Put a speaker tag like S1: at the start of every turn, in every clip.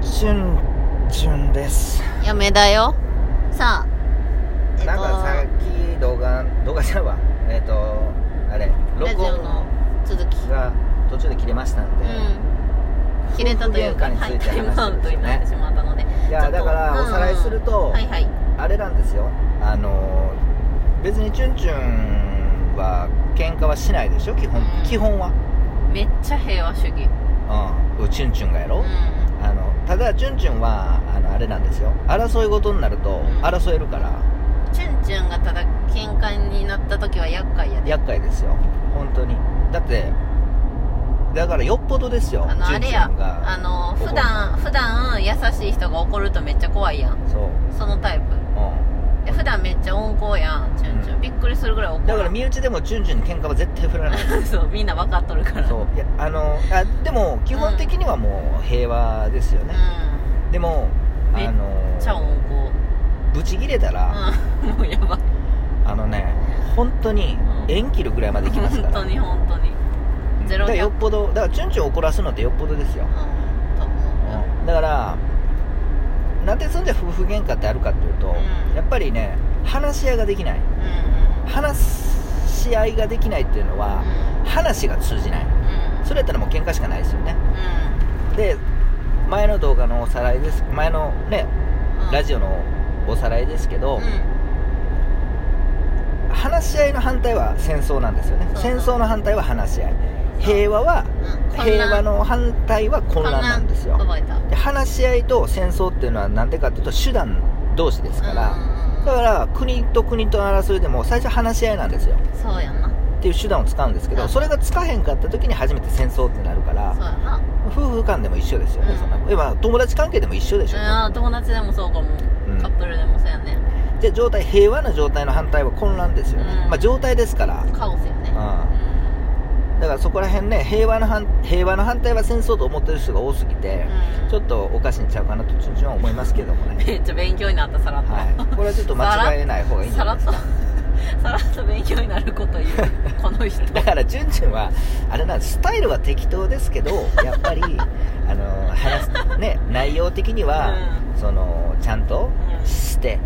S1: チュンチュンです
S2: 嫁だよさあえっ
S1: なんかさ
S2: と
S1: っき動画動画じゃんわえっ、とあれ
S2: ラジ
S1: 録
S2: オの
S1: 音
S2: 続き
S1: が途中で切れましたんで、
S2: うん切れたというかね
S1: 夫婦
S2: は
S1: 喧嘩に
S2: い
S1: ついて
S2: タイムアウトになってしまったので
S1: いやだからおさらいすると、
S2: はいはい
S1: あれなんですよあの別にチュンチュンは喧嘩はしないでしょ基本、
S2: うん
S1: 基本は
S2: めっちゃ平和主義
S1: うんうんチュンチュンがやろ、
S2: う
S1: あのただチュンチュンはあのあれなんですよ争い事になると
S2: ん
S1: 争えるから
S2: んチュンチュンがただ喧嘩になった時は厄介やで
S1: 厄介ですよ本当にだってだからよっぽどですよ
S2: あの
S1: チュ
S2: あ
S1: ンチ
S2: れ
S1: ュ
S2: や
S1: ンが
S2: あの
S1: 怒る
S2: 普段普段優しい人が怒るとめっちゃ怖いやん
S1: そう
S2: そのタイプ
S1: う
S2: で普段めっちゃ温厚やんチュンチュン、
S1: うん
S2: びっくりするぐらい怒
S1: ん
S2: る
S1: だから身内でもチュンチュンに喧嘩は絶対振らない
S2: そうみんな分かっとるから
S1: そういやあのあでも基本的にはもう平和ですよ
S2: う
S1: ね、
S2: ん
S1: でも
S2: め
S1: あの
S2: ちゃ温
S1: ブチギレたら、
S2: 厚うんもうやばい
S1: あのね本当に
S2: うん
S1: 縁切るぐらいまでいきますか
S2: 本
S1: ら
S2: 当に本当に
S1: うん
S2: ゼロ
S1: だから
S2: 百
S1: よっぽどだからチュンチュン怒らすのってよっぽどですよ、
S2: うんと思う
S1: うんだからなんでそんじゃ夫婦喧嘩ってあるかっていうと、
S2: うん
S1: やっぱりね話し合いができない
S2: うんうん
S1: 話し合いができないっていうのは、話が通じないそれやったらもう喧嘩しかないですよねで前の動画のおさらいです前のねラジオのおさらいですけど、
S2: オうん
S1: 話し合いの反対は戦争なんですよね
S2: そう
S1: 戦争の反対は話し合い平和は
S2: うん混乱
S1: 平和の反対は混乱なんですよ
S2: 混乱覚えた
S1: で話し合いと戦争っていうのは何でかっていうと手段同士ですから、
S2: うん
S1: だから国と国との争いでも最初話し合いなんですよ
S2: そうやんな
S1: っていう手段を使うんですけど、
S2: うん
S1: それがつかへんかった時に初めて戦争ってなるから
S2: そうやな
S1: 夫婦間でも一緒ですよね、
S2: うん
S1: そんな今友達関係でも一緒でしょ、
S2: うん友達でもそうかも
S1: うん
S2: カップルでもそうやね
S1: で状態平和な状態の反対は混乱ですよね、
S2: うん
S1: まあ状態ですから
S2: カオスやね
S1: うだからそこら辺ね平和の反平和の反対は戦争と思ってる人が多すぎて、
S2: うん
S1: ちょっとおかしいんちゃうかなとちゅんちゅんは思いますけども
S2: うん
S1: ね
S2: めっちゃ勉強になったさらっと
S1: はいこれはちょっと間違えない方がいいんじ
S2: さ
S1: ゃな
S2: ら
S1: い
S2: っ
S1: です
S2: と
S1: か
S2: さらっと勉強になること言うこの人
S1: だからちゅんちゅんはあれなんですスタイルは適当で すけどやっぱりあの話すね内容的には、そのちゃんと
S2: うん
S1: して
S2: う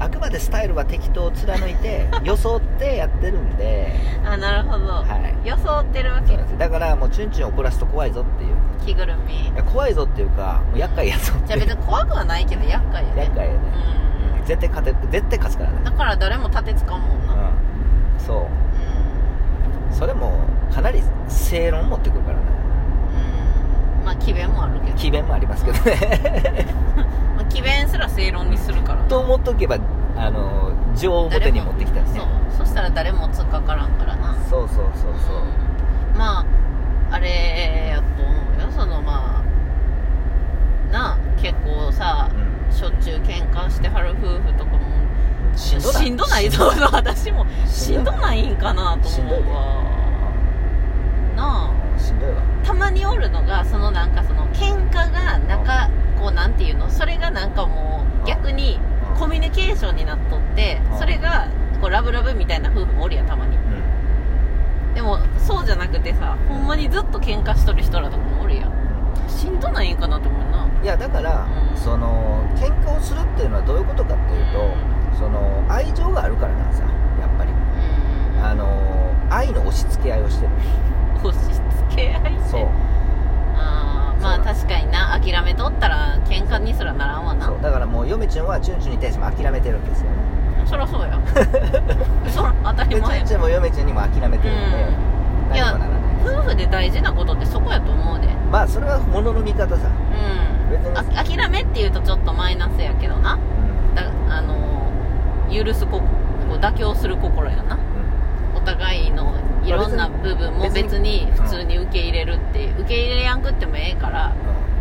S1: あくまでスタイルは適当を貫い て装ってやってるんで、
S2: んあなるほど、
S1: はい、
S2: 装ってるわ
S1: そう
S2: け
S1: なんですだからもうチュンチュン怒らすと怖いぞっていう
S2: 着ぐるみ
S1: いや怖いぞっていうかもう厄介やぞっ
S2: じゃあ
S1: ていう
S2: 別に怖くはないけど厄介やね
S1: 厄介やねうん絶対勝て絶対勝つから
S2: うん
S1: ね
S2: だから誰も盾つかんもんな
S1: うんそう
S2: うん
S1: それもかなり正論持ってくるからね
S2: うんまあ詭弁もあるけど、
S1: 詭弁もありますけど ね
S2: まあ、詭弁すら正論にするから
S1: と思っとけばあの情を表に持ってきたりね
S2: そうそしたら誰もつっかからんからな
S1: そうそうそうそう
S2: うんまああれやと思うよそのまあなあ結構さ
S1: う、ん
S2: しょっちゅう喧嘩してはる夫婦とかも
S1: しんどない
S2: しんどないそうそう私もし
S1: し
S2: ん
S1: ん
S2: ど
S1: ど
S2: ないんかなと
S1: しんど
S2: 思
S1: いうで
S2: わな
S1: しんどいわ
S2: あたまにおるのがそのなんかその喧嘩が仲こうなんていうのそれがなんかもう逆にコミュニケーションになっとって
S1: うん
S2: それがこうラブラブみたいな夫婦もおるやんたまに
S1: うん
S2: でもそうじゃなくてさほんまにずっと喧嘩しとる人らとかもおるやんしんどないんかなと思うない
S1: やだから
S2: うん
S1: その喧嘩をするっていうのはどういうことかっていうとその愛情があるからなんさやっぱり
S2: うん
S1: あの愛の押し付け合いをしてる
S2: 押し付け合いって
S1: そう
S2: あーまあ確かにな諦めとったら喧嘩にすらならんわな
S1: そうだからもう嫁ちゃんはチュンチュンに対しても諦めてるんですよね
S2: そりゃそう やそら当た
S1: で
S2: り
S1: チュ
S2: 前
S1: ン
S2: や
S1: チュンも嫁ちゃんにも諦めてるんで、
S2: うんい
S1: 何
S2: や
S1: もならない
S2: 夫婦で大事なことってそこやと思うで
S1: まあそれはものの見方さ、
S2: う
S1: 別に
S2: んあ諦めっていうとちょっとマイナスやけどな
S1: うん
S2: だあのー許すここう妥協する心やなお互いのいろんな部分も別
S1: 別
S2: に
S1: に
S2: 普通に受け入れるっていう受け入れやんくってもええから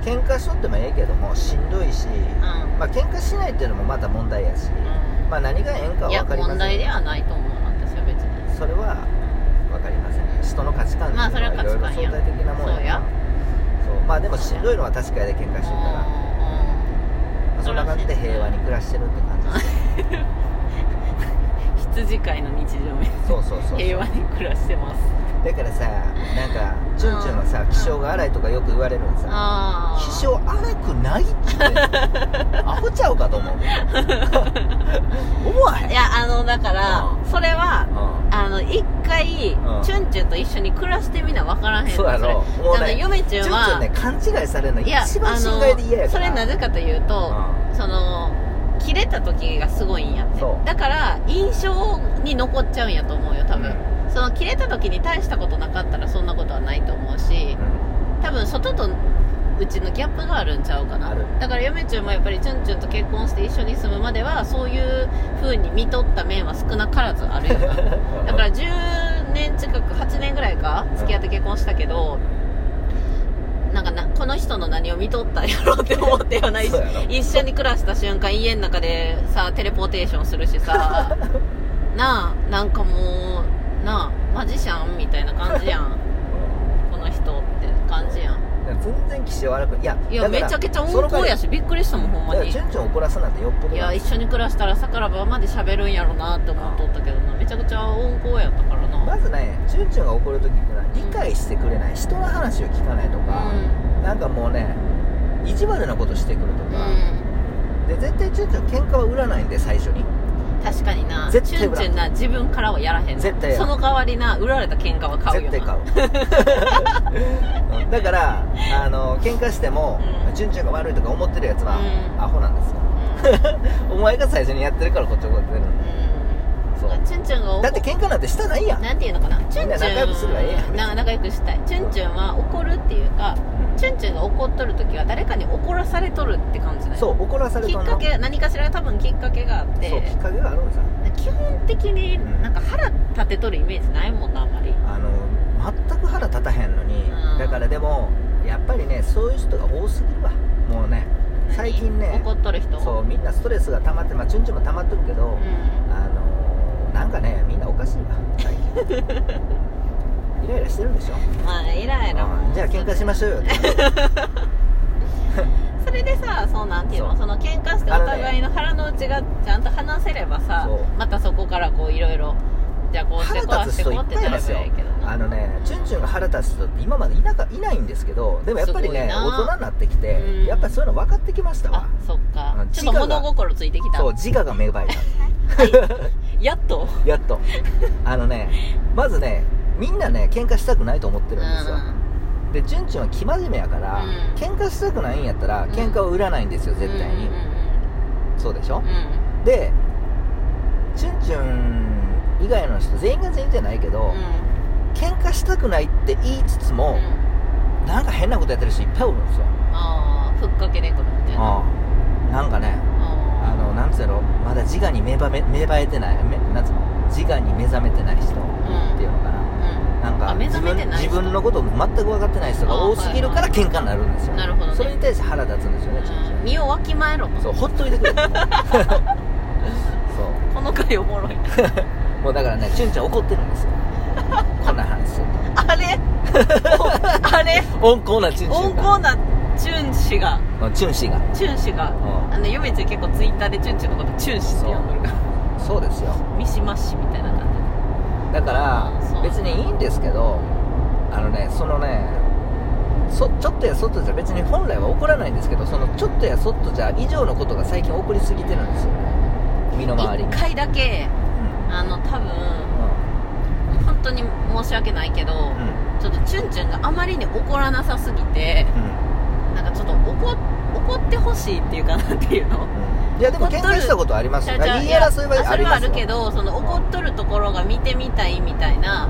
S1: うん、喧嘩しとってもええけどもしんどいし、
S2: うん、
S1: まあ喧嘩しないっていうのもまた問題やし、
S2: うん
S1: まあ何がええんかはい
S2: や
S1: 分かりませ
S2: 問
S1: ん
S2: 題ではないと思うんですよ別に
S1: それは分かりません人の価値観っていうの
S2: まあそれは
S1: は
S2: 価
S1: いろ
S2: 値
S1: いろ
S2: 観や
S1: 相対的なもんや
S2: そうや
S1: からそうまあでもしんどいのは確かに喧嘩しとったら、
S2: うんうん
S1: まあそんな感じで平和に暮らしてるって感じです
S2: 一羊飼いの日常みたいな
S1: そうそうそうそう
S2: 平和に暮らしてます
S1: だからさなんかチュンチュンはさ気性が荒いとかよく言われるのさ
S2: あ
S1: 気性荒く ないってアホちゃうかと思う思わへん
S2: いやあのだから
S1: うん
S2: それは
S1: うん
S2: あの一回
S1: うん
S2: チュンチュンと一緒に暮らしてみな分からへんの
S1: そうやろ
S2: それ
S1: もう
S2: あ
S1: ね
S2: の嫁ち
S1: チュ
S2: ゅん
S1: ンチュ
S2: は
S1: ンね勘違いされるの
S2: いや
S1: 一番
S2: あ
S1: 心外で嫌
S2: の
S1: やか
S2: そ
S1: ら
S2: れなぜかというとその切れた時がすごいんやって
S1: そう
S2: だから印象に残っちゃうんやと思うよ多分、その切れた時に大したことなかったらそんなことはないと思うし
S1: うんうん
S2: 多分外とうちのギャップがあるんちゃうかな
S1: ある
S2: だから嫁ちゅんもやっぱりチュンチュンと結婚して一緒に住むまではそういう風に見とった面は少なからずあ るよなだから10年近く8年ぐらいか付き合って結婚したけどなんかなこの人の何を見とったんやろうって思ってはないし
S1: そうやろ
S2: 一緒に暮らした瞬間家の中でさテレポーテーションするし さなあなんかもうなあマジシャンみたいな感じやんこの人って感じやん
S1: うん全然気性悪くいや
S2: いや
S1: だか
S2: め
S1: ら
S2: ちゃくちゃ温厚やしびっくりしたもんほんま
S1: だから
S2: に
S1: チュンチュン怒らすなんてよっぽど
S2: いや一緒に暮らしたら桜庭まで喋るんやろなって思っとったけどなめちゃくちゃ温厚やったからな
S1: まずねチュンチュンが怒る時ってのは理解してくれない人の話を聞かないとか、なんかもうね意地悪なことしてくると
S2: うん、
S1: か、
S2: うん
S1: で絶対チュンチュン喧嘩は売らないんで最初に
S2: 確かになチュ
S1: 絶対
S2: ンチュンな自分からはやらへんな
S1: 絶対やら
S2: そ
S1: ん
S2: の代わりな売られた喧嘩は買うよ
S1: 絶
S2: な
S1: 対買ううんだからあの喧嘩しても、
S2: うん
S1: チュンチュンが悪いとか思ってるやつは、
S2: うん
S1: アホなんですよ
S2: うん
S1: お前が最初にやってるからこっち怒ってるのそう
S2: うんチュンチュンが怒
S1: だって喧嘩なんてしたないやん、
S2: なんていうのかなチュンチュン
S1: みんな仲良くすればええやん
S2: な仲良くしたいチュンチュンは怒るっていうかチュンチュンが怒っとる時は誰かに怒らされとるって感じだよ
S1: そう怒らされ
S2: き
S1: た
S2: っかけ何かしら多分きっかけがあって
S1: そうきっかけがあるんさ
S2: 基本的になんか腹立てとるイメージないもんなあんまり
S1: あの全く腹立たへんのに、
S2: うん
S1: だからでもやっぱりねそういう人が多すぎるわもうね最近ね
S2: 怒っとる人
S1: そうみんなストレスが溜まってまあチュンチュンも溜まってるけ
S2: う
S1: ど、
S2: ん、
S1: あのーなんかねみんなおかしいわ最 近イライラしてるんでしょ
S2: まあイライラ
S1: うん
S2: も
S1: じゃあ喧嘩しましょうよって
S2: それでさそうなんていうの
S1: そ
S2: そうの喧嘩してお
S1: あのね
S2: 互いの腹の内がちゃんと話せればさ
S1: そう
S2: またそこからこういろいろじゃあこうしてこ
S1: 腹
S2: う
S1: 立つ
S2: して
S1: 人
S2: こ
S1: いうっ
S2: って
S1: ぱいい
S2: なれ
S1: ます
S2: ば
S1: よ
S2: いいけどな
S1: あのねチュンチュンが腹立つ人って今までいなかいないんですけどでもやっぱりね
S2: すごいな
S1: 大人になってきて、
S2: うん
S1: やっぱりそういうの分かってきましたわ
S2: あそっ
S1: う
S2: か
S1: ん
S2: ちょっと
S1: 自我が
S2: 物心ついてきた
S1: そう自我が芽生え
S2: やっと
S1: たやっとあのねまずねみんなね喧嘩したくないと思ってるんですよ、でチュンチュンは生真面目やから、
S2: うん
S1: 喧嘩したくないんやったら
S2: うん
S1: 喧嘩を売らないんですよ絶対に、
S2: うん
S1: そうでし
S2: う
S1: ょ、
S2: んうん
S1: でチュンチュン以外の人全員が全員じゃないけど、
S2: うん
S1: 喧嘩したくないって言いつつ
S2: う
S1: も、
S2: ん
S1: なんか変なことやってる人いっぱいおるんですよ、
S2: ああふっかけでくるみたいな
S1: うんなんかねあ
S2: あ
S1: のなんつうやろまだ自我に芽生え芽生えてないめなんつうの自我に目覚めてない人っ
S2: ーうん
S1: ていうのかな
S2: う
S1: なん
S2: あ
S1: か
S2: 目
S1: 自
S2: 覚め
S1: 分
S2: てない
S1: 自
S2: 人
S1: 分のことを全く分かってない人が多すぎるか
S2: あ
S1: ら
S2: はいはい
S1: 喧嘩になるんですよ、
S2: んなるほど
S1: それ
S2: ね
S1: に対して腹立つんですよねチュンチュン
S2: うん身をわきまえろと
S1: そうほっといてくれってそう
S2: この回おもろい
S1: もうだからね、チュンちゃん怒ってるんですよ。こんな話する
S2: あ れおあれ
S1: と。温厚なチュンチュ
S2: 温
S1: ンが。
S2: 厚なチュン氏が
S1: うんチュン氏が。
S2: チュン氏が
S1: う
S2: あの嫁ちゃん結構ツイッターでチュンチュンのことチュン氏って呼んでるか
S1: んそうですよ。
S2: ら三島氏みたいな感
S1: だか
S2: そ
S1: ら、
S2: う
S1: 別にいいんですけど、あのね、そのね、そちょっとやそっとじゃ別に本来は怒らないんですけど、そのちょっとやそっとじゃ以上のことが最近起こりすぎてるんですよ。身の回り
S2: じ
S1: に。
S2: 一回だけ
S1: うん
S2: あの多分本当に申し訳ないけど、
S1: うん
S2: ちょっとチュンチュンがあまりに怒らなさすぎて
S1: うん
S2: なんかちょっと怒っ怒ってほしいっていうかなんていうの
S1: うんいやでも喧嘩したことあります
S2: ち
S1: よ
S2: ゃうちゃう
S1: 言い争い
S2: いや
S1: はありま
S2: それはあ
S1: す
S2: る
S1: よ
S2: けどその怒っとるところが見てみたいみたいな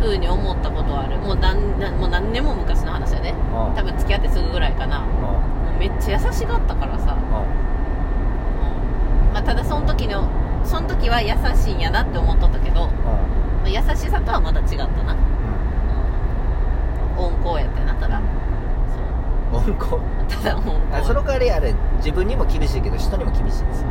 S2: 風に思ったことはあるもう何何もう何年も昔の話だね
S1: うんうん
S2: 多分付き合ってすぐぐらいかなも
S1: うん
S2: うめっちゃ優しかったからさ、
S1: う
S2: まあ、ただその時のその時は優しいんやなって思っとったけど、ま
S1: んうん
S2: あ優しさとはまた違ったな、うん温厚やったよなただそ
S1: 温厚
S2: うただ温
S1: あ
S2: 厚
S1: その代わりあれ自分にも厳しいけど人にも厳しいですよ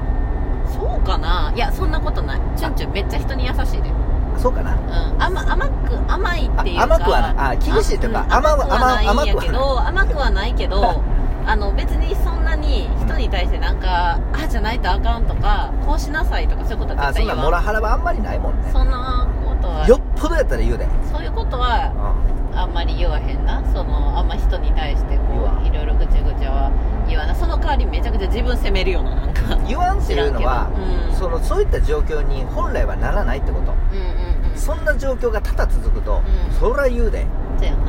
S2: そうかないやそんなことないチュンチュンめっちゃ人に優しいで
S1: あそうかな
S2: うん、甘甘く甘いっていうか
S1: あ甘くはないあ厳しいというか
S2: あ
S1: 甘は
S2: 甘くはないんやけど甘くはないけどあの別にそんなに人に対してなんか、ああじゃないとあかんとかこうしなさいとかそういうことは
S1: あ
S2: 絶対
S1: そんな
S2: 言
S1: モラ
S2: わん
S1: ハラはあんまりないもんね
S2: そんなことは
S1: よっぽどやったら言うで、うん、
S2: そういうことはあんまり言わへんなそのあんま人に対してこ
S1: 言わ
S2: うんいろいろぐちゃぐちゃは言わないその代わりめちゃくちゃ自分責めるようななんか
S1: 言わんっていうのは
S2: 知らんけどうん
S1: そのそういった状況に本来はならないってこと
S2: うんうんうん
S1: そんな状況が多々続くと、
S2: うん
S1: そりゃ言うで、
S2: そうや
S1: う、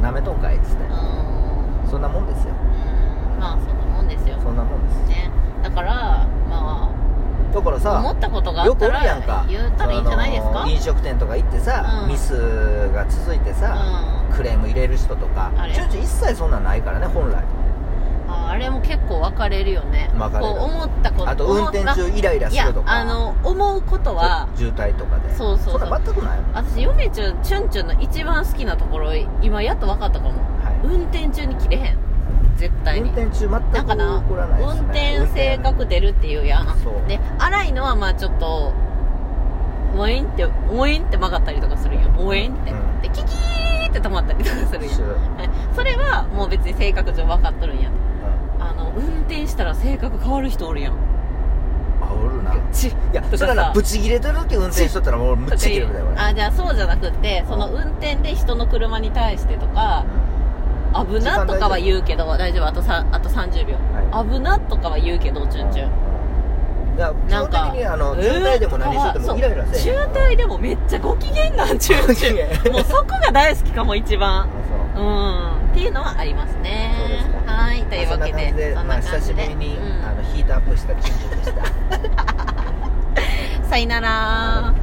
S2: なん
S1: なめとんかいっつって
S2: う、ん
S1: そんなもんですよ
S2: うんまあそんなもんですよ
S1: そんなもんです
S2: ねだからま
S1: だから
S2: あ思
S1: さ
S2: ったことがあ
S1: よ
S2: っ
S1: く
S2: た
S1: おるやんから
S2: 言ったらいいんじゃないですか
S1: あの飲食店とか行ってさ、
S2: うん
S1: ミスが続いてさ、
S2: う
S1: クレーム入れる人とか
S2: あれ
S1: ちゅうちょ一切そんなんないからね本来
S2: んああれも結構分かれるよね
S1: 分かれる
S2: こう思ったこと
S1: あと運転中イライラ
S2: い
S1: す
S2: や
S1: るとか
S2: あの思うことは
S1: 渋滞とかで
S2: そうそうそうん
S1: な全くないもん、
S2: 私嫁ちゅんチュンチュンの一番好きなところ今やっと分かったかも
S1: は
S2: 運転中に切れへん絶
S1: い、
S2: 対
S1: 運
S2: に
S1: 転中全く
S2: なんかな
S1: 怒らないです
S2: 運
S1: ね
S2: 転性格出るっていうやん
S1: そう
S2: で荒いのはまあちょっとウインってウインって曲がったりとかするやんウインって、
S1: うん
S2: でキキーって止まったりとかする
S1: 運転
S2: やんそれはもう別に性格上分かっとるんや
S1: うん
S2: あの運転したら性格変わる人おるやん
S1: あおるない
S2: ちい
S1: やそれなブチ切れてる時運転しとったらもうむっちゃ切れるだよ俺
S2: あじゃあそうじゃなくってその運転で人の車に対してとか危なとかは言うけど大丈夫あとさあと30秒、
S1: は
S2: 危なとかは言うけどチュンチュン
S1: うんだから基
S2: なん
S1: 本
S2: か
S1: 的にあの渋滞でも何しとってもイライラせえへん
S2: 中退でもめっちゃご機嫌なん チュンチ
S1: ご機
S2: ュ
S1: 嫌
S2: ンもうそこが大好きかも一番
S1: そう
S2: うんっていうのはありますね
S1: そうですか
S2: はいというわけで
S1: まあそんな感じでまあ久しぶりに、
S2: うん
S1: あのヒートアップしたチュンチュンでした
S2: さよなら